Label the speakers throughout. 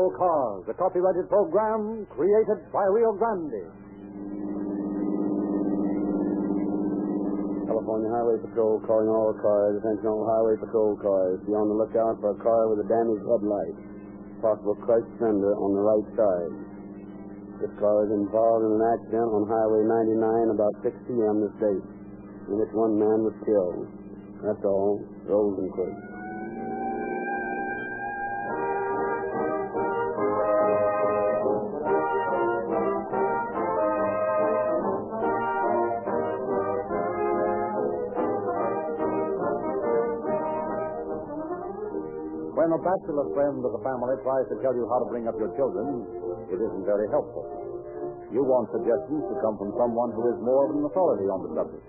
Speaker 1: is a copyrighted program created by Rio Grande.
Speaker 2: California Highway Patrol calling all cars. Attention all Highway Patrol cars. Be on the lookout for a car with a damaged headlight. Possible crushed fender on the right side. This car is involved in an accident on Highway 99 about 6 p.m. this day, in which one man was killed. That's all. Rosenquist.
Speaker 1: When a bachelor friend of the family tries to tell you how to bring up your children, it isn't very helpful. You want suggestions to come from someone who is more of an authority on the subject.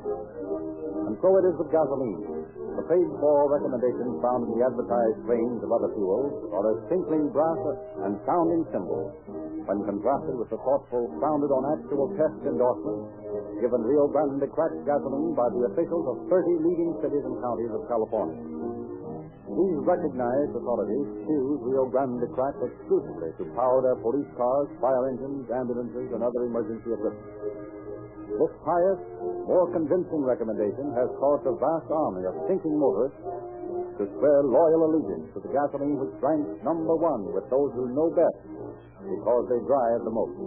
Speaker 1: And so it is with gasoline. The paid for recommendations found in the advertised range of other fuels are as tinkling brass and sounding cymbals when contrasted with the thoughtful, founded on actual test endorsements given Rio Grande cracked gasoline by the officials of 30 leading cities and counties of California. These recognized authorities choose Rio Grande Crack exclusively to power their police cars, fire engines, ambulances, and other emergency equipment. This pious, more convincing recommendation has caused a vast army of thinking motorists to swear loyal allegiance to the gasoline which ranks number one with those who know best because they drive the most.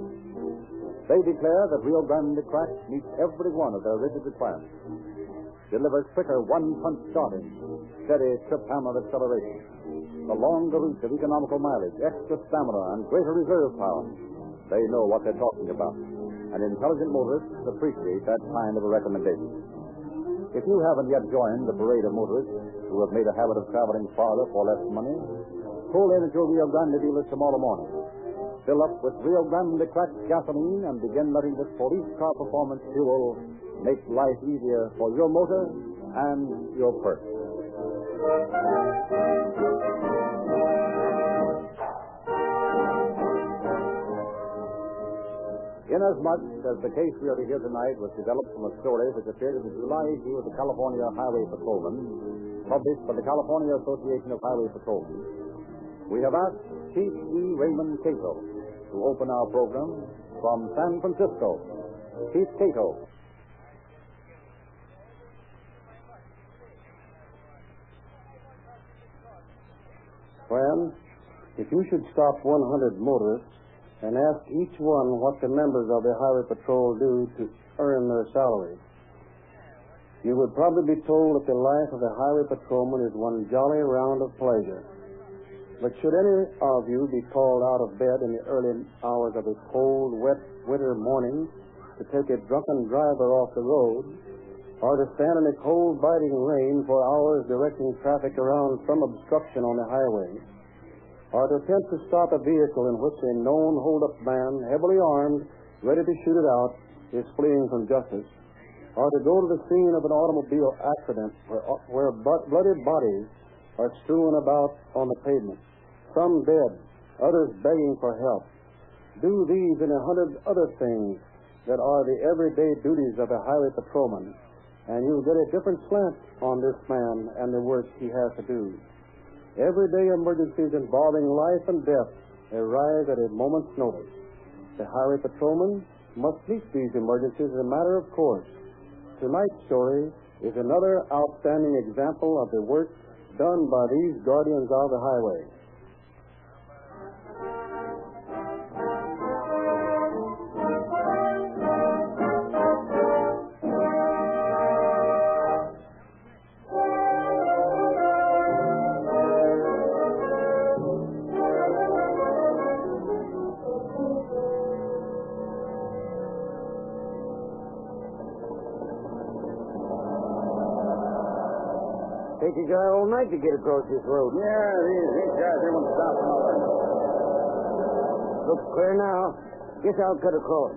Speaker 1: They declare that Rio Grande Crack meets every one of their rigid requirements, delivers quicker one-punch starting, steady trip hammer acceleration, the longer reach of economical mileage, extra stamina, and greater reserve power. They know what they're talking about, and intelligent motorists appreciate that kind of a recommendation. If you haven't yet joined the parade of motorists who have made a habit of traveling farther for less money, pull in at your Rio Grande dealers tomorrow morning. Fill up with Rio Grande cracked gasoline and begin letting this police car performance fuel make life easier for your motor and your purse. Inasmuch as the case we are to hear tonight was developed from a story which appeared in the July issue of the California Highway Patrolman, published by the California Association of Highway Patrolmen, we have asked Chief E. Raymond Cato to open our program from San Francisco. Chief Cato.
Speaker 2: Friend, if you should stop 100 motorists and ask each one what the members of the highway patrol do to earn their salary, you would probably be told that the life of a highway patrolman is one jolly round of pleasure. But should any of you be called out of bed in the early hours of a cold, wet winter morning to take a drunken driver off the road, or to stand in the cold, biting rain for hours directing traffic around some obstruction on the highway, or to attempt to stop a vehicle in which a known hold-up man, heavily armed, ready to shoot it out, is fleeing from justice, or to go to the scene of an automobile accident where, where but bloody bodies are strewn about on the pavement, some dead, others begging for help. Do these and a hundred other things that are the everyday duties of a highway patrolman, and you'll get a different slant on this man and the work he has to do. Everyday emergencies involving life and death arise at a moment's notice. The highway patrolman must meet these emergencies as a matter of course. Tonight's story is another outstanding example of the work done by these guardians of the highway.
Speaker 3: Take a guy all night to get across this road.
Speaker 4: Yeah, these, these guys, they won't stop for nothing.
Speaker 3: Looks clear now. Guess I'll cut across.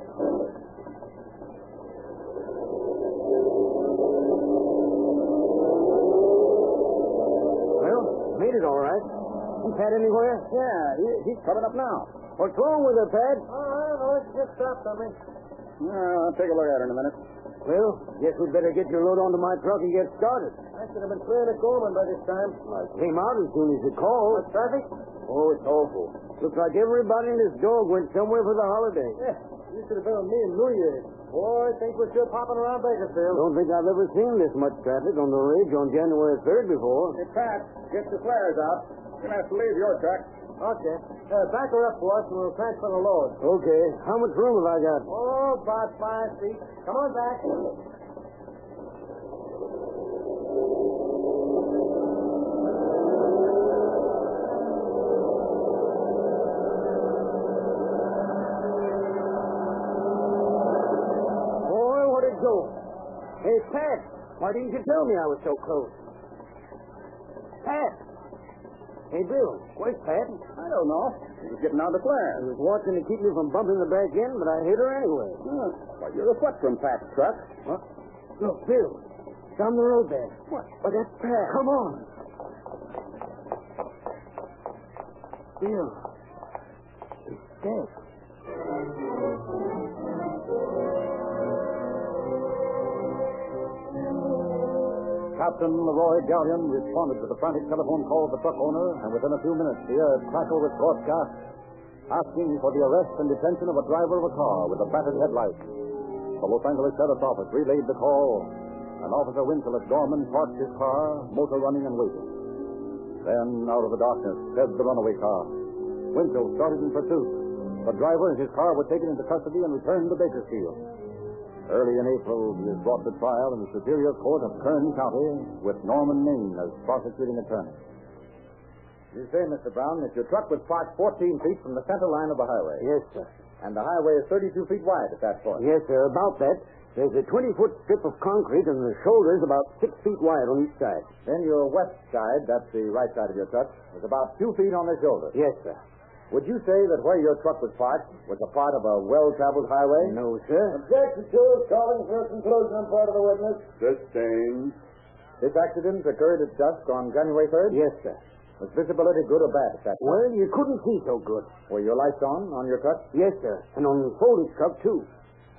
Speaker 3: Well, made it all right. You Pat anywhere?
Speaker 4: Yeah, he, he's coming up now.
Speaker 5: Uh,
Speaker 3: What's wrong with her, Pat?
Speaker 6: Oh, I don't know. It's just stopped on me.
Speaker 5: Well, I'll take a look at her in a minute.
Speaker 7: Well, guess we'd better get your load onto my truck and get started.
Speaker 8: I should have been clearing of Coleman by this time.
Speaker 7: I came out as soon as you called.
Speaker 8: What traffic?
Speaker 7: Oh, it's awful. Looks like everybody and his dog went somewhere for the holiday.
Speaker 8: Yeah, you should have been with me in New Year's. Boy, I think we're still popping
Speaker 7: I
Speaker 8: around Bakersfield.
Speaker 7: don't think I've ever seen this much traffic on the ridge on January 3rd before.
Speaker 5: Hey, Pat, get your flares out. You're going to have to leave your truck.
Speaker 8: Okay. Uh, back her up for us and we'll transfer the load.
Speaker 7: Okay, how much room have I got?
Speaker 8: Oh, about five feet. Come on back.
Speaker 7: Boy, what a joke. Hey, Pat, why didn't you tell me I was so close? Pat! Hey, Bill, where's Pat?
Speaker 5: I don't know. You're just getting out the
Speaker 7: I
Speaker 5: flares.
Speaker 7: was watching to keep you from bumping the back end, but I hit her anyway.
Speaker 5: Huh. Well, you're a foot from Pat's truck.
Speaker 7: What? Look, Bill, down the road there. What? But that's Pat. Come on. Bill, it's Pat.
Speaker 6: Captain Leroy Gallion responded to the frantic telephone call of the truck owner, and within a few minutes the air crackled with broadcasts asking for the arrest and detention of a driver of a car with a battered headlight. The Los Angeles Sheriff's Office relayed the call, and Officer Winchell at Gorman parked his car, motor running and waiting. Then, out of the darkness, sped the runaway car. Winchell started in pursuit. The driver and his car were taken into custody and returned to Bakersfield. Early in April, he was brought to trial in the Superior Court of Kern County with Norman Maine as prosecuting attorney. You say, Mr. Brown, that your truck was parked 14 feet from the center line of the highway.
Speaker 7: Yes, sir.
Speaker 6: And the highway is 32 feet wide at that point.
Speaker 7: Yes, sir. About that, there's a 20 foot strip of concrete, and the shoulder's about six feet wide on each side.
Speaker 6: Then your west side, that's the right side of your truck, is about two feet on the shoulder.
Speaker 7: Yes, sir.
Speaker 6: Would you say that where your truck was parked was a part of a well-traveled highway?
Speaker 7: No, sir.
Speaker 8: Objection to calling for a conclusion on part of the witness.
Speaker 5: Sustained.
Speaker 6: This accident occurred at dusk on January 3rd.
Speaker 7: Yes, sir.
Speaker 6: Was visibility good or bad at that time?
Speaker 7: Well, you couldn't see so good.
Speaker 6: Were your lights on, on your truck?
Speaker 7: Yes, sir. And on the folded truck, too.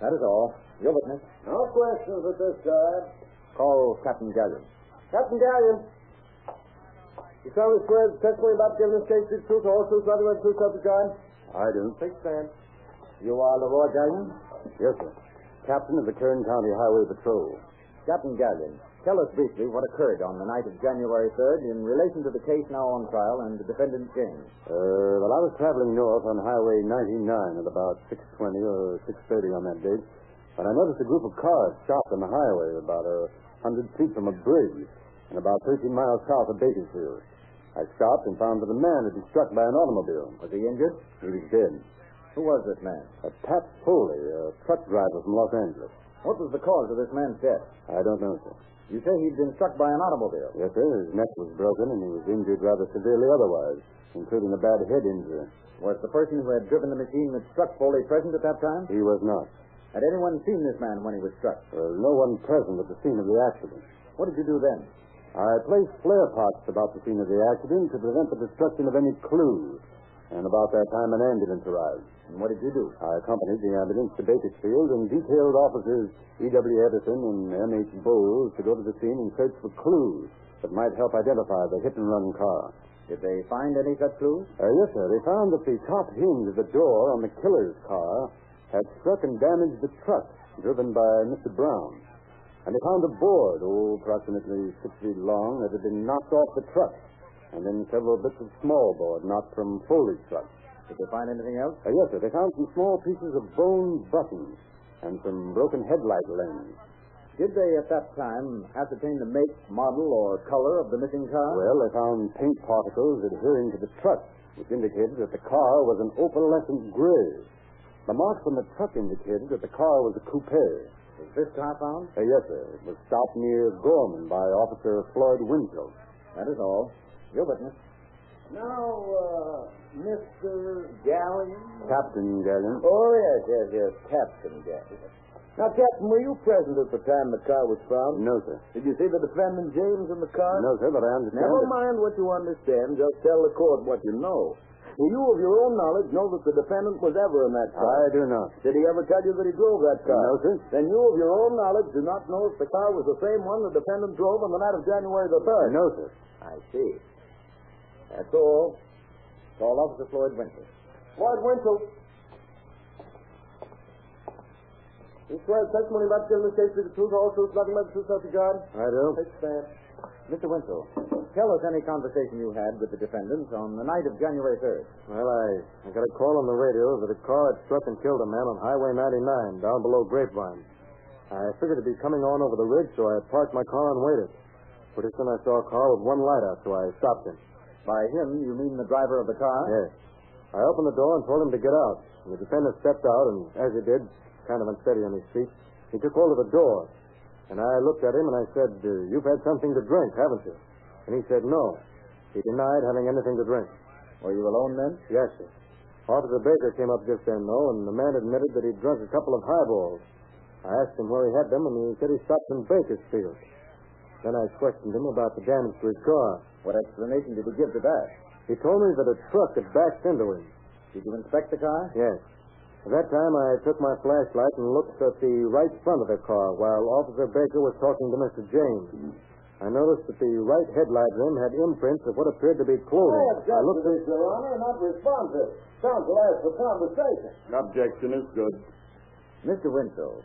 Speaker 6: That is all. Your witness.
Speaker 8: No questions at this time.
Speaker 6: Call Captain Gallion.
Speaker 8: Captain Gallion. You solemnly swear the testimony about giving this case is the truth, all truth, nothing but the truth, self God.
Speaker 6: I do.
Speaker 8: Take stand.
Speaker 6: You are Leroy Gallion? Yes, sir. Captain of the Kern County Highway Patrol. Captain Gallion, tell us briefly what occurred on the night of January 3rd in relation to the case now on trial and the defendant James.
Speaker 1: Uh, well, I was traveling north on Highway 99 at about 6.20 or 6.30 on that date, when I noticed a group of cars stopped on the highway about a 100 feet from a bridge and about 13 miles south of Bakersfield. I stopped and found that a man had been struck by an automobile.
Speaker 6: Was he injured?
Speaker 1: He was dead.
Speaker 6: Who was this man?
Speaker 1: A Pat Foley, a truck driver from Los Angeles.
Speaker 6: What was the cause of this man's death?
Speaker 1: I don't know, sir.
Speaker 6: You say he'd been struck by an automobile.
Speaker 1: Yes, sir, his neck was broken and he was injured rather severely otherwise, including a bad head injury.
Speaker 6: Was the person who had driven the machine that struck Foley present at that time?
Speaker 1: He was not.
Speaker 6: Had anyone seen this man when he was struck?
Speaker 1: There was no one present at the scene of the accident.
Speaker 6: What did you do then?
Speaker 1: I placed flare pots about the scene of the accident to prevent the destruction of any clues. And about that time, an ambulance arrived.
Speaker 6: And what did you do?
Speaker 1: I accompanied the ambulance to Bakersfield and detailed officers E.W. Edison and M.H. Bowles to go to the scene and search for clues that might help identify the hit and run car.
Speaker 6: Did they find any such clues?
Speaker 1: Uh, yes, sir. They found that the top hinge of the door on the killer's car had struck and damaged the truck driven by Mr. Brown. And they found a board, oh, approximately six feet long, that had been knocked off the truck. And then several bits of small board knocked from Foley's truck.
Speaker 6: Did they find anything else?
Speaker 1: Uh, yes, sir. They found some small pieces of bone buttons and some broken headlight lens.
Speaker 6: Did they at that time ascertain the make, model, or color of the missing car?
Speaker 1: Well, they found paint particles adhering to the truck, which indicated that the car was an opalescent gray. The marks on the truck indicated that the car was a coupe. Uh,
Speaker 6: was this car found?
Speaker 1: yes, sir. It was stopped near Gorman by Officer Floyd Winslow.
Speaker 6: That is all. Your witness.
Speaker 8: Now, uh, Mr. Gallion.
Speaker 1: Captain Gallion.
Speaker 7: Oh, yes, yes, yes. Captain Jackson. Now, Captain, were you present at the time the car was found?
Speaker 1: No, sir.
Speaker 7: Did you see the defendant James in the car?
Speaker 1: No, sir, but I understand.
Speaker 7: Never
Speaker 1: that-
Speaker 7: mind what you understand. Just tell the court what you know.
Speaker 6: Do you, of your own knowledge, know that the defendant was ever in that car?
Speaker 1: I do not.
Speaker 6: Did he ever tell you that he drove that car?
Speaker 1: No, sir.
Speaker 6: Then you, of your own knowledge, do not know if the car was the same one the defendant drove on the night of January the 3rd.
Speaker 1: No, sir.
Speaker 6: I see. That's all.
Speaker 9: Call Officer Floyd Winter.
Speaker 6: Floyd Winchell. You swear testimony about giving this case to the truth, all truth, nothing but the truth, help you God.
Speaker 1: I do.
Speaker 6: Take the stand.
Speaker 9: Mr. Winchell, uh, tell us any conversation you had with the defendant on the night of January 3rd.
Speaker 1: Well, I, I got a call on the radio that a car had struck and killed a man on Highway 99 down below Grapevine. I figured it'd be coming on over the ridge, so I parked my car and waited. Pretty soon I saw a car with one light out, so I stopped him.
Speaker 9: By him, you mean the driver of the car?
Speaker 1: Yes. I opened the door and told him to get out. And the defendant stepped out, and as he did, kind of unsteady on his feet, he took hold of the door. And I looked at him and I said, uh, You've had something to drink, haven't you? And he said, No. He denied having anything to drink.
Speaker 9: Were you alone then?
Speaker 1: Yes, sir. Officer Baker came up just then, though, and the man admitted that he'd drunk a couple of highballs. I asked him where he had them, and he said he stopped in Bakersfield. Then I questioned him about the damage to his car.
Speaker 9: What explanation did you give to that?
Speaker 1: He told me that a truck had backed into him.
Speaker 9: Did you inspect the car?
Speaker 1: Yes. At that time, I took my flashlight and looked at the right front of the car while Officer Baker was talking to Mr. James. I noticed that the right headlight rim had imprints of what appeared to be clothing. Oh,
Speaker 6: Oh,
Speaker 1: I looked at
Speaker 6: Your Honor, not responsive. Counsel asked for conversation.
Speaker 10: Objection is good.
Speaker 9: Mr. Winchell,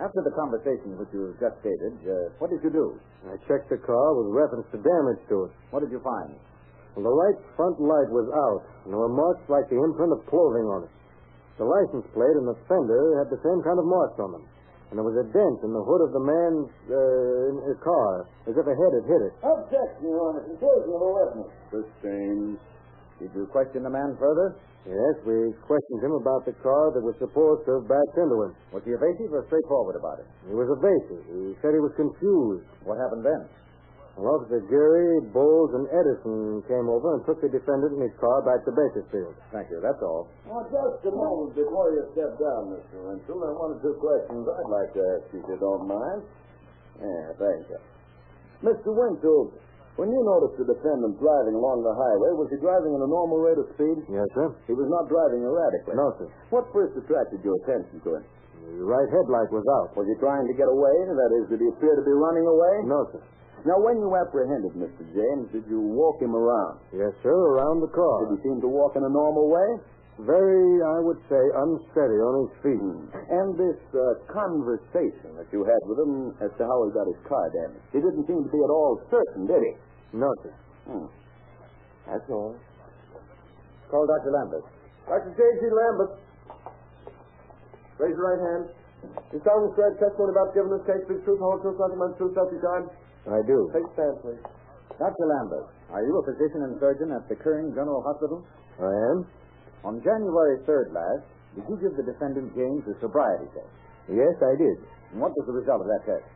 Speaker 9: after the conversation which you have just stated, uh, what did you do?
Speaker 1: I checked the car with reference to damage to it.
Speaker 9: What did you find?
Speaker 1: Well, the right front light was out, and there were marks like the imprint of clothing on it. The license plate and the fender had the same kind of marks on them. And there was a dent in the hood of the man's uh, in his car, as if a head had hit it.
Speaker 6: Objection, Your Honor. Conclusion of the witness.
Speaker 10: Sustained.
Speaker 9: Did you question the man further?
Speaker 1: Yes, we questioned him about the car that was supposed to have backed into him.
Speaker 9: Was he evasive or straightforward about it?
Speaker 1: He was evasive. He said he was confused.
Speaker 9: What happened then?
Speaker 1: Well, Officer Geary, Bowles, and Edison came over and took the defendant and his car back to Bakersfield.
Speaker 9: Thank you. That's all.
Speaker 6: Now, just a moment before you step down, Mr. Winchell, there are one or two questions I'd like to ask you, if you don't mind. Yeah, thank you. Mr. Winchell, when you noticed the defendant driving along the highway, was he driving at a normal rate of speed?
Speaker 1: Yes, sir.
Speaker 6: He was not driving erratically.
Speaker 1: No, sir.
Speaker 6: What first attracted your attention to him?
Speaker 1: The right headlight was out.
Speaker 6: Was he trying to get away? That is, did he appear to be running away?
Speaker 1: No, sir.
Speaker 6: Now, when you apprehended Mr. James, did you walk him around?
Speaker 1: Yes, sir, around the car.
Speaker 6: Did he seem to walk in a normal way?
Speaker 1: Very, I would say, unsteady on his feet.
Speaker 9: Hmm.
Speaker 6: And this uh, conversation that you had with him as to how he got his car damaged, he didn't seem to be at all certain, did he?
Speaker 1: No, sir.
Speaker 9: Hmm.
Speaker 6: That's all.
Speaker 9: Call Dr. Lambert.
Speaker 6: Dr. J.G. Lambert. Raise your right hand. You solemnly swear testimony about giving this case the truth, the whole truth, nothing but the truth, self you God.
Speaker 1: I do.
Speaker 6: Take stand, please.
Speaker 9: Dr. Lambert, are you a physician and surgeon at the Kern General Hospital?
Speaker 1: I am?
Speaker 9: On January 3rd last, did you give the defendant James a sobriety test?
Speaker 1: Yes, I did.
Speaker 9: And what was the result of that test?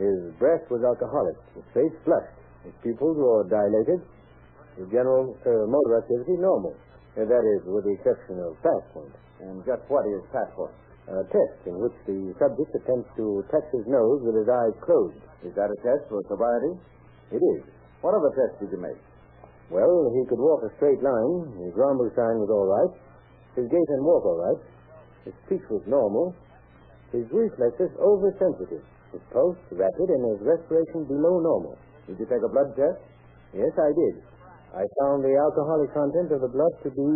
Speaker 1: His breath was alcoholic. His face flushed. His pupils were dilated. His general uh, motor activity normal. Uh, that is, with the exception of fast ones.
Speaker 9: And just what is passport?
Speaker 1: A test in which the subject attempts to touch his nose with his eyes closed.
Speaker 9: Is that a test for sobriety?
Speaker 1: It is.
Speaker 9: What other test did you make?
Speaker 1: Well, he could walk a straight line. His rhombus sign was all right. His gait and walk all right. His speech was normal. His reflexes oversensitive. His pulse rapid and his respiration below normal.
Speaker 9: Did you take a blood test?
Speaker 1: Yes, I did. I found the alcoholic content of the blood to be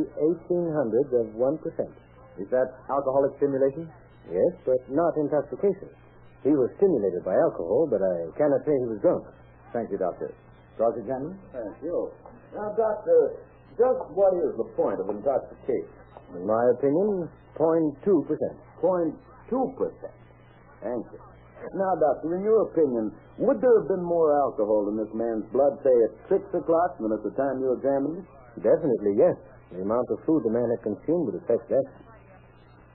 Speaker 1: 1800 of 1%.
Speaker 9: Is that alcoholic stimulation?
Speaker 1: Yes, but not intoxication. He was stimulated by alcohol, but I cannot say he was drunk.
Speaker 9: Thank you, Doctor. Cross-examine?
Speaker 6: Thank you. Now, Doctor, just what is the point of intoxication?
Speaker 1: In my opinion, 0.2%.
Speaker 6: Point two percent. Thank you. Now, Doctor, in your opinion, would there have been more alcohol in this man's blood, say, at six o'clock than at the time you examined him?
Speaker 1: Definitely, yes. The amount of food the man had consumed would affect that.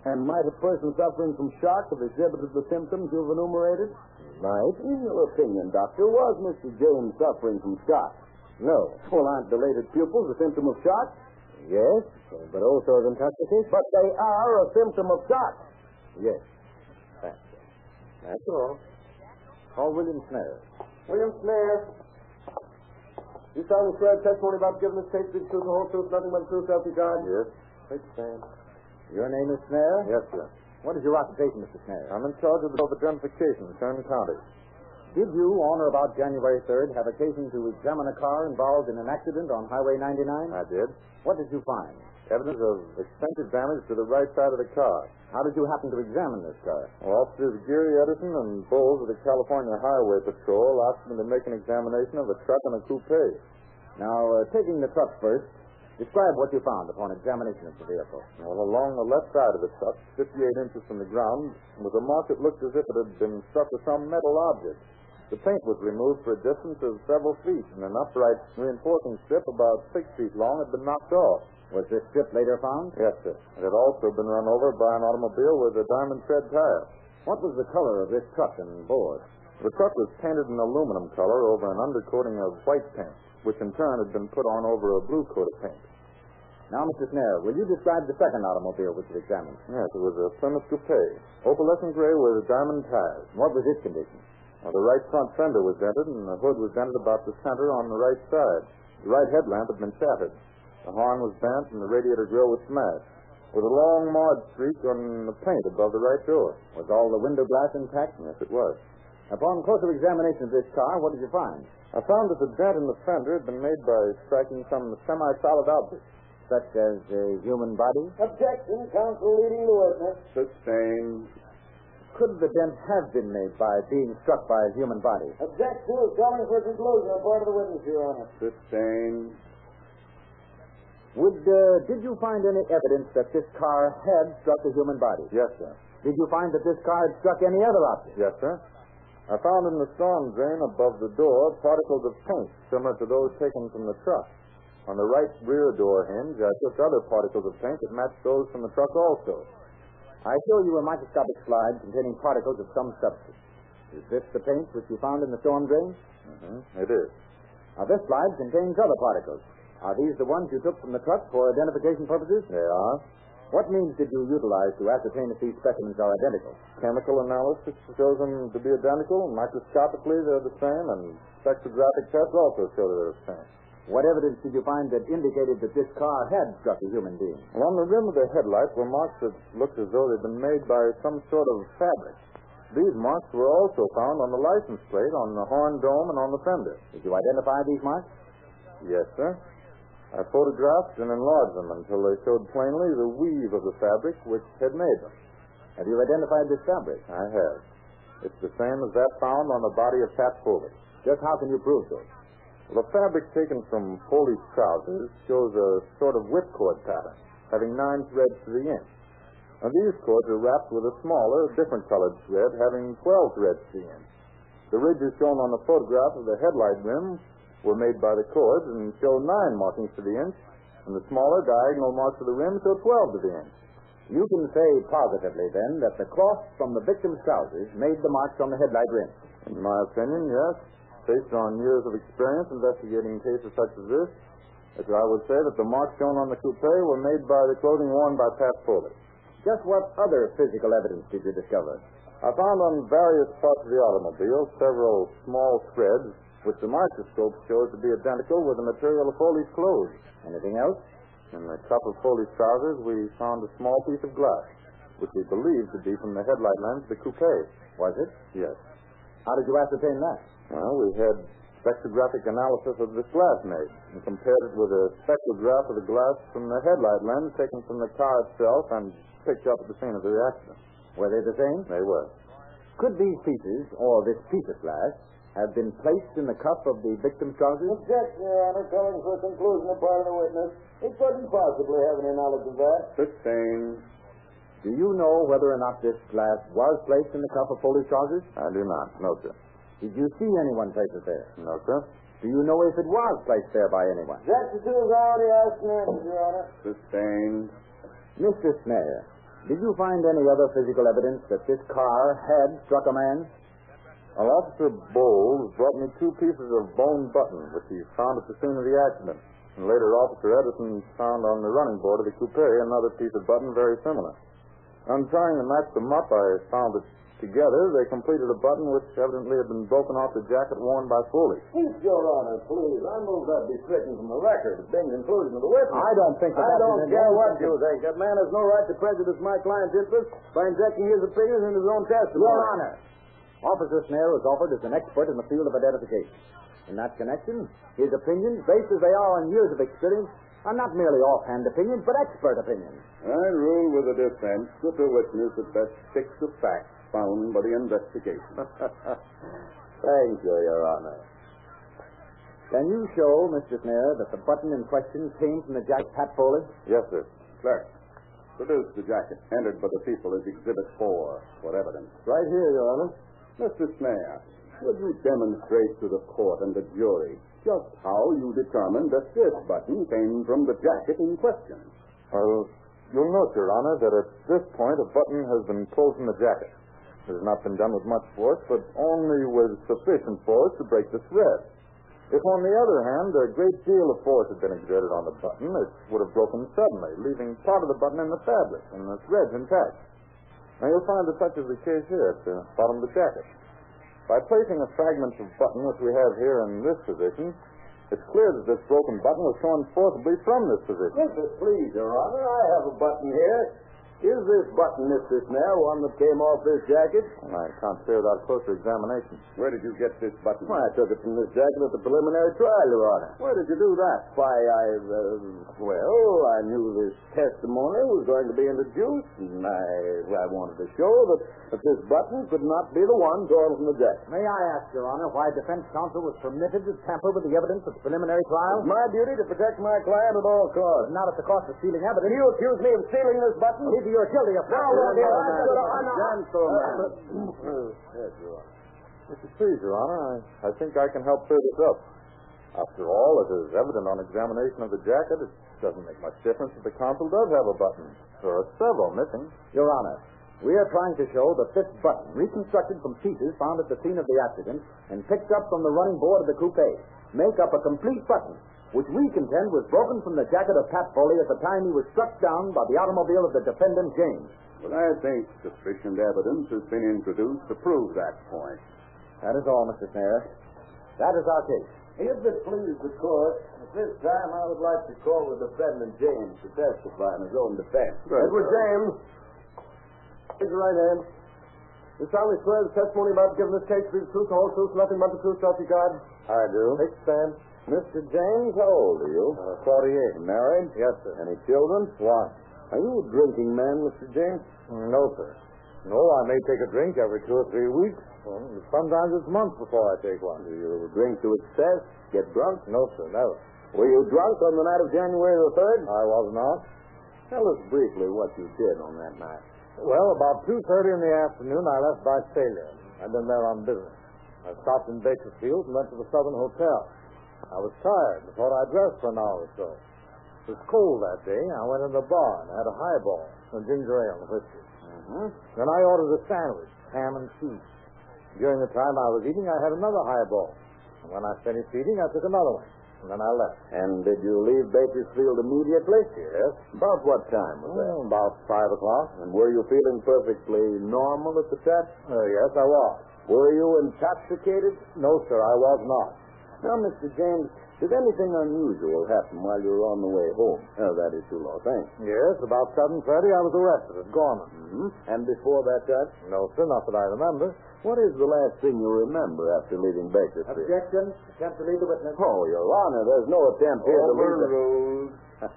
Speaker 6: And might a person suffering from shock have exhibited the symptoms you've enumerated?
Speaker 1: Right?
Speaker 6: In your opinion, Doctor, was Mr. James suffering from shock?
Speaker 1: No.
Speaker 6: Well, aren't dilated pupils a symptom of shock?
Speaker 1: Yes, but oh, also of intoxication?
Speaker 6: But they are a symptom of shock.
Speaker 1: Yes.
Speaker 6: That's all.
Speaker 9: Call William Snare.
Speaker 6: William Snare. You signed a sworn testimony about giving this case to the truth, the whole truth, nothing but the truth, help you God?
Speaker 1: Yes.
Speaker 6: Wait, Sam.
Speaker 1: Your name is Snare?
Speaker 6: Yes, sir.
Speaker 1: What is your occupation, Mr. Snare?
Speaker 6: I'm in charge of the identification in Kern County.
Speaker 1: Did you, on or about January 3rd, have occasion to examine a car involved in an accident on Highway 99?
Speaker 6: I did.
Speaker 1: What did you find?
Speaker 6: Evidence of extensive damage to the right side of the car.
Speaker 1: How did you happen to examine this car?
Speaker 6: Well, officers Geary Edison and Bowles of the California Highway Patrol asked me to make an examination of a truck and a coupe.
Speaker 1: Now, uh, taking the truck first, describe what you found upon examination of the vehicle.
Speaker 6: Well, along the left side of the truck, 58 inches from the ground, was a mark that looked as if it had been struck with some metal object. The paint was removed for a distance of several feet, and an upright reinforcing strip about six feet long had been knocked off.
Speaker 1: Was this strip later found?
Speaker 6: Yes, sir. It had also been run over by an automobile with a diamond tread tire.
Speaker 1: What was the color of this truck and board?
Speaker 6: The truck was painted an aluminum color over an undercoating of white paint, which in turn had been put on over a blue coat of paint.
Speaker 1: Now, Mr. Snare, will you describe the second automobile which you examined?
Speaker 6: Yes, it was a Plymouth Coupe, opalescent gray with diamond tires.
Speaker 1: What was its condition?
Speaker 6: Well, the right front fender was dented, and the hood was dented about the center on the right side. The right headlamp had been shattered. The horn was bent, and the radiator grill was smashed, with a long marred streak on the paint above the right door.
Speaker 1: Was all the window glass intact?
Speaker 6: Yes, it was.
Speaker 1: Upon closer examination of this car, what did you find?
Speaker 6: I found that the dent in the fender had been made by striking some semi-solid object
Speaker 1: such as a human body?
Speaker 4: Objection, counsel leading the witness.
Speaker 6: Sustained.
Speaker 1: Could the dent have been made by being struck by a human body?
Speaker 4: Objection is calling for conclusion on part of the witness, Your Honor.
Speaker 6: Sustained.
Speaker 1: Would, uh, did you find any evidence that this car had struck a human body?
Speaker 6: Yes, sir.
Speaker 1: Did you find that this car had struck any other object?
Speaker 6: Yes, sir. I found in the storm drain above the door particles of paint similar to those taken from the truck. On the right rear door hinge, I took other particles of paint that matched those from the truck also.
Speaker 1: I show you a microscopic slide containing particles of some substance. Is this the paint which you found in the storm drain?
Speaker 6: Mm-hmm. It is.
Speaker 1: Now, this slide contains other particles. Are these the ones you took from the truck for identification purposes?
Speaker 6: They are.
Speaker 1: What means did you utilize to ascertain if these specimens are identical?
Speaker 6: Chemical analysis shows them to be identical. Microscopically, they're the same, and spectrographic tests also show they're the same.
Speaker 1: What evidence did you find that indicated that this car had struck a human being?
Speaker 6: Well, on the rim of the headlight were marks that looked as though they'd been made by some sort of fabric. These marks were also found on the license plate, on the horn dome, and on the fender.
Speaker 1: Did you identify these marks?
Speaker 6: Yes, sir. I photographed and enlarged them until they showed plainly the weave of the fabric which had made them.
Speaker 1: Have you identified this fabric?
Speaker 6: I have. It's the same as that found on the body of Pat Foley.
Speaker 1: Just how can you prove this?
Speaker 6: The fabric taken from Foley's trousers shows a sort of whipcord pattern, having nine threads to the inch. Now, these cords are wrapped with a smaller, different colored thread having 12 threads to the inch. The ridges shown on the photograph of the headlight rim were made by the cords and show nine markings to the inch, and the smaller diagonal marks of the rim show 12 to the inch.
Speaker 1: You can say positively, then, that the cloth from the victim's trousers made the marks on the headlight rim.
Speaker 6: In my opinion, yes. Based on years of experience investigating cases such as this, as I would say that the marks shown on the coupe were made by the clothing worn by Pat Foley.
Speaker 1: Just what other physical evidence did you discover?
Speaker 6: I found on various parts of the automobile several small threads which the microscope showed to be identical with the material of Foley's clothes.
Speaker 1: Anything else?
Speaker 6: In the cup of Foley's trousers, we found a small piece of glass, which we believed to be from the headlight lens of the coupe.
Speaker 1: Was it?
Speaker 6: Yes.
Speaker 1: How did you ascertain that?
Speaker 6: Well, we had spectrographic analysis of this glass made and compared it with a spectrograph of the glass from the headlight lens taken from the car itself and picked up at the scene of the accident.
Speaker 1: Were they the same?
Speaker 6: They were.
Speaker 1: Could these pieces, or this piece of glass, have been placed in the cuff of the victim's trousers?
Speaker 4: Objection, Your Honor, calling for a conclusion on part of the witness. He couldn't possibly have any knowledge of that.
Speaker 6: Sustained.
Speaker 1: Do you know whether or not this glass was placed in the cuff of Foley's trousers?
Speaker 6: I do not. No, sir.
Speaker 1: Did you see anyone place it there?
Speaker 6: No, sir.
Speaker 1: Do you know if it was placed there by anyone?
Speaker 4: That the two is already asked and answered, Your Honor.
Speaker 6: Sustained.
Speaker 1: Mr. Snare, did you find any other physical evidence that this car had struck a man?
Speaker 6: Well, Officer Bowles brought me two pieces of bone button, which he found at the scene of the accident. And later, Officer Edison found on the running board of the coupe another piece of button very similar. On trying to match them up, I found that
Speaker 1: Together, they completed a button which evidently had been broken off the jacket worn by Foley.
Speaker 6: Speak, Your Honor, please. I move that be stricken from the record. It's been conclusion of the witness.
Speaker 1: I don't think that
Speaker 6: I
Speaker 1: that's
Speaker 6: don't
Speaker 1: an
Speaker 6: care what
Speaker 1: instance
Speaker 6: you think. That man has no right to prejudice my client's interest by injecting his opinions into his own testimony.
Speaker 1: Your Honor, Officer Snare is offered as an expert in the field of identification. In that connection, his opinions, based as they are on years of experience, are not merely offhand opinions, but expert opinions.
Speaker 6: I rule with the defense that the witness at best sticks to facts found by the investigation. Thank you, Your Honor.
Speaker 1: Can you show, Mr. Snare, that the button in question came from the jack Pat Foley?
Speaker 6: Yes, sir. Clerk, produce the jacket entered by the people as Exhibit 4 for evidence.
Speaker 1: Right here, Your Honor.
Speaker 6: Mr. Snare, would you demonstrate to the court and the jury just how you determined that this button came from the jacket in question?
Speaker 1: Well, you'll note, Your Honor, that at this point a button has been pulled from the jacket. It has not been done with much force, but only with sufficient force to break the thread. If, on the other hand, a great deal of force had been exerted on the button, it would have broken suddenly, leaving part of the button in the fabric and the threads intact. Now, you'll find that such is the case here at the bottom of the jacket. By placing a fragment of button, which we have here in this position, it's clear that this broken button was torn forcibly from this position.
Speaker 6: Listen, please, Your Honor, I have a button here. Is this button, Mr. Snare, one that came off this jacket?
Speaker 1: Well, I can't say without closer examination.
Speaker 6: Where did you get this button?
Speaker 1: Well, I took it from this jacket at the preliminary trial, Your Honor.
Speaker 6: Where did you do that?
Speaker 1: Why, I, uh, well, I knew this testimony was going to be introduced, and I, I wanted to show that, that this button could not be the one torn from the jacket.
Speaker 3: May I ask, Your Honor, why defense counsel was permitted to tamper with the evidence of the preliminary
Speaker 6: It's
Speaker 3: trial?
Speaker 6: my duty to protect my client at all costs.
Speaker 3: Not at the cost of stealing evidence.
Speaker 6: Do you accuse me of stealing this button?
Speaker 3: Either you're guilty of
Speaker 6: Now,
Speaker 3: or
Speaker 6: look here,
Speaker 3: not.
Speaker 6: I'm gonna- I'm not-
Speaker 1: Please, Your Honor, I, I think I can help clear this up. After all, it is evident on examination of the jacket, it doesn't make much difference if the consul does have a button. There are several missing.
Speaker 3: Your Honor, we are trying to show that this button, reconstructed from pieces found at the scene of the accident and picked up from the running board of the coupe, make up a complete button, which we contend was broken from the jacket of Pat Foley at the time he was struck down by the automobile of the defendant James.
Speaker 6: But I think sufficient evidence has been introduced to prove that point.
Speaker 3: That is all, Mr. Snare. That is our case.
Speaker 6: If it please the court, at this time I would like to call the defendant James to testify in his own defense.
Speaker 4: Edward James. Raise your right hand. You solemnly swear the testimony about giving this case to be the truth, the whole truth, nothing but the truth, self you God.
Speaker 6: I do.
Speaker 4: Take the stand.
Speaker 6: Mr. James, how old are you? Uh, 48. Married? Yes, sir. Any children? One. Are you a drinking man, Mr. James?
Speaker 1: Mm, No, sir. No, I may take a drink every two or three weeks. Well, sometimes it's months before I take one.
Speaker 6: Do you drink to excess? Get drunk?
Speaker 1: No, sir, never.
Speaker 6: Were you drunk on the night of January the 3rd?
Speaker 1: I was not.
Speaker 6: Tell us briefly what you did on that night.
Speaker 1: Well, about 2.30 in the afternoon, I left Visalia. I'd been there on business. I stopped in Bakersfield and went to the Southern Hotel. I was tired and thought I'd rest for an hour or so. It was cold that day. I went in the bar and had a highball, a ginger ale and whiskey.
Speaker 6: Mm-hmm.
Speaker 1: Then I ordered a sandwich, ham and cheese. During the time I was eating, I had another highball. And when I finished eating, I took another one. And then I left.
Speaker 6: And did you leave Bakersfield immediately? Yes. About what time was that?
Speaker 1: Well, Mm, about five o'clock.
Speaker 6: And were you feeling perfectly normal at the time?
Speaker 1: Uh, yes, I was.
Speaker 6: Were you intoxicated?
Speaker 1: No, sir, I was not.
Speaker 6: Now, Mr. James, did anything unusual happen while you were on the way home? Oh, that is too long. Thanks.
Speaker 1: Yes, about seven thirty, I was arrested at Gorman.
Speaker 6: Mm-hmm. And before that time?
Speaker 1: No, sir, not that I remember.
Speaker 6: What is the last thing you remember after leaving Bakersfield?
Speaker 3: Objection. Attempt to lead the witness.
Speaker 6: Oh, Your Honor, there's no attempt here to leave the...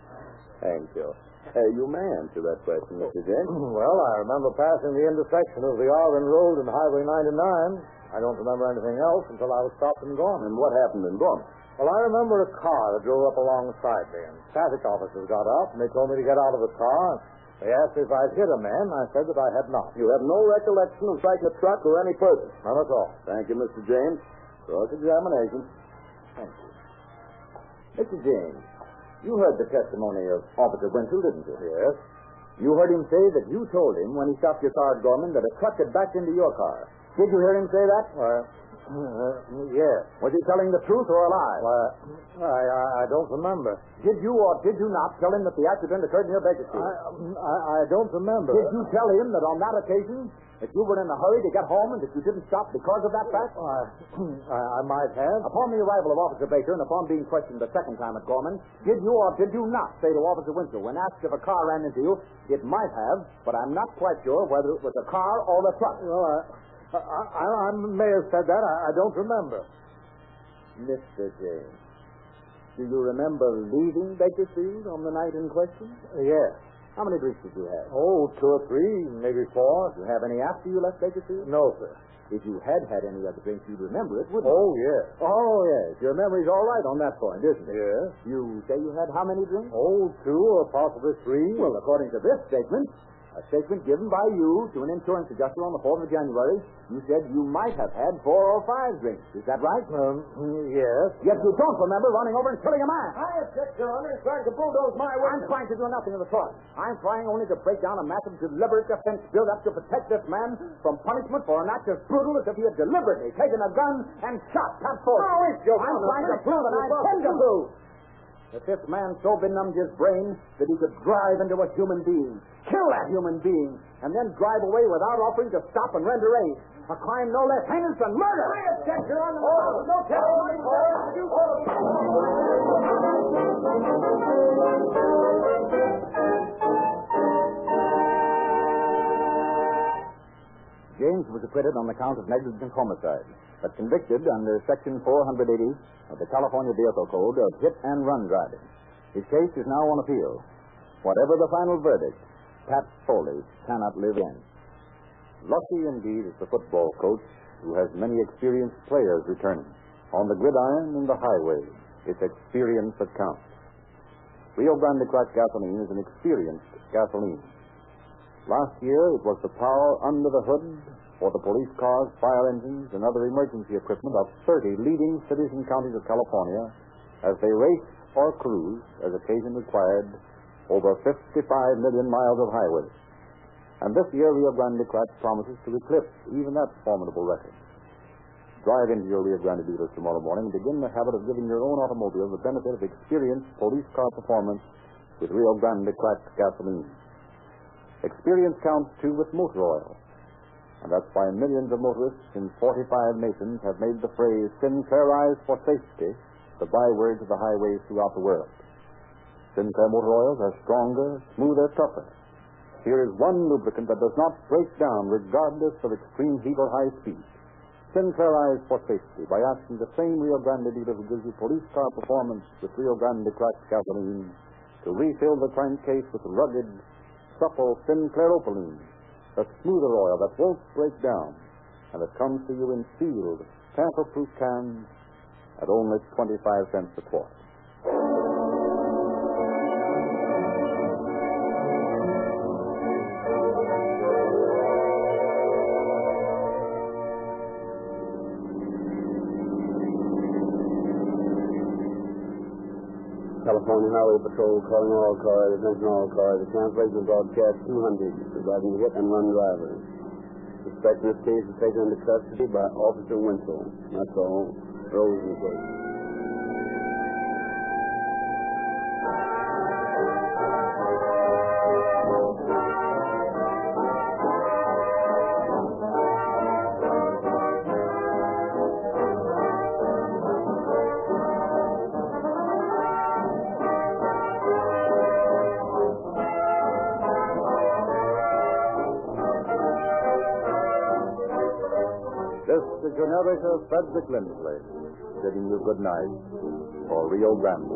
Speaker 6: Thank you. Uh, you may answer that question, Mr. James.
Speaker 1: well, I remember passing the intersection of the Arvin Road and Highway 99. I don't remember anything else until I was stopped in Gorman.
Speaker 6: And what happened in Gorman?
Speaker 1: Well, I remember a car that drove up alongside me, and traffic officers got out, and they told me to get out of the car. They asked me if I'd hit a man. I said that I had not.
Speaker 6: You have no recollection of sighting a truck or any person.
Speaker 1: None at all.
Speaker 6: Thank you, Mr. James. Cross-examination. Thank you.
Speaker 3: Mr. James, you heard the testimony of Officer Winchell, didn't you?
Speaker 1: Yes.
Speaker 3: You heard him say that you told him when he stopped your car at Gorman that a truck had backed into your car. Did you hear him say that?
Speaker 1: Well,
Speaker 6: Uh, yes.
Speaker 1: Was he telling the truth or a lie?
Speaker 6: Why, I, I, I don't remember.
Speaker 1: Did you or did you not tell him that the accident occurred near
Speaker 6: I,
Speaker 1: Bakersfield?
Speaker 6: I, I don't remember.
Speaker 1: Did you tell him that on that occasion that you were in a hurry to get home and that you didn't stop because of that fact?
Speaker 6: I, I, I might have.
Speaker 1: Upon the arrival of Officer Baker and upon being questioned a second time at Gorman, did you or did you not say to Officer Winslow, when asked if a car ran into you, it might have, but I'm not quite sure whether it was a car or a truck?
Speaker 6: Well, I, I, I, I may have said that. I, I don't remember.
Speaker 1: Mr. James, do you remember leaving Bakersfield on the night in question?
Speaker 6: Uh, Yes.
Speaker 1: How many drinks did you have?
Speaker 6: Oh, two or three, maybe four.
Speaker 1: Did you have any after you left Bakersfield?
Speaker 6: No, sir.
Speaker 1: If you had had any other drinks, you'd remember it, wouldn't
Speaker 6: Oh, yes.
Speaker 1: you? Oh, yes. Your memory's all right on that point, isn't it?
Speaker 6: Yes.
Speaker 1: You say you had how many drinks?
Speaker 6: Oh, two or possibly three.
Speaker 1: Well, according to this statement, a statement given by you to an insurance adjuster on the 4th of January, you said you might have had four or five drinks. Is that right?
Speaker 6: Um, yes.
Speaker 1: Yet you don't remember running over and killing a man.
Speaker 11: I object, Your Honor, trying to bulldoze my
Speaker 1: I'm trying to do nothing of the sort. I'm trying only to break down a massive deliberate defense built up to protect this man from punishment for an act as brutal as if he had deliberately taken a gun and shot Pat Ford.
Speaker 11: No, it's your
Speaker 1: I'm
Speaker 11: honor.
Speaker 1: trying to
Speaker 11: It's
Speaker 1: prove, and I
Speaker 11: your honor.
Speaker 1: intend to prove, that this man so benumbed his brain that he could drive into a human being, kill a human being, and then drive away without offering to stop and render aid. A crime no less heinous than murder. I object, Your Honor. no testimony. James was acquitted on the count of negligent homicide, but convicted under Section 480 of the California Vehicle Code of hit and run driving. His case is now on appeal. Whatever the final verdict, Pat Foley cannot live in. Lucky indeed is the football coach who has many experienced players returning on the gridiron and the highway. It's experience that counts. Rio Grande Crack gasoline is an experienced gasoline. Last year, it was the power under the hood for the police cars, fire engines, and other emergency equipment of 30 leading cities and counties of California as they race or cruise, as occasion required, over 55 million miles of highways. And this year, Rio Grande Crack promises to eclipse even that formidable record. Drive into your Rio Grande dealers tomorrow morning and begin the habit of giving your own automobile the benefit of experienced police car performance with Rio Grande Crack gasoline. Experience counts too with motor oil. And that's why millions of motorists in 45 nations have made the phrase Sinclair Eyes for Safety the byword of the highways throughout the world. Sinclair motor oils are stronger, smoother, tougher. Here is one lubricant that does not break down regardless of extreme heat or high speed. Sinclair Eyes for Safety by asking the same Rio Grande dealer who gives you police car performance with Rio Grande cracked gasoline to refill the crankcase with rugged, supple Sinclair Opaline, a smoother oil that won't break down, and it comes to you in sealed, tamper-proof cans at only 25 cents a quart.
Speaker 12: California Highway Patrol calling all cars, attention all cars. The cancellation of broadcast 200 regarding hit and run drivers. Suspect in this case is taken into custody by Officer Winslow. That's all. Rose and Grace.
Speaker 13: This is your narrator, Frederick Lindsley, bidding you good night for Rio Grande.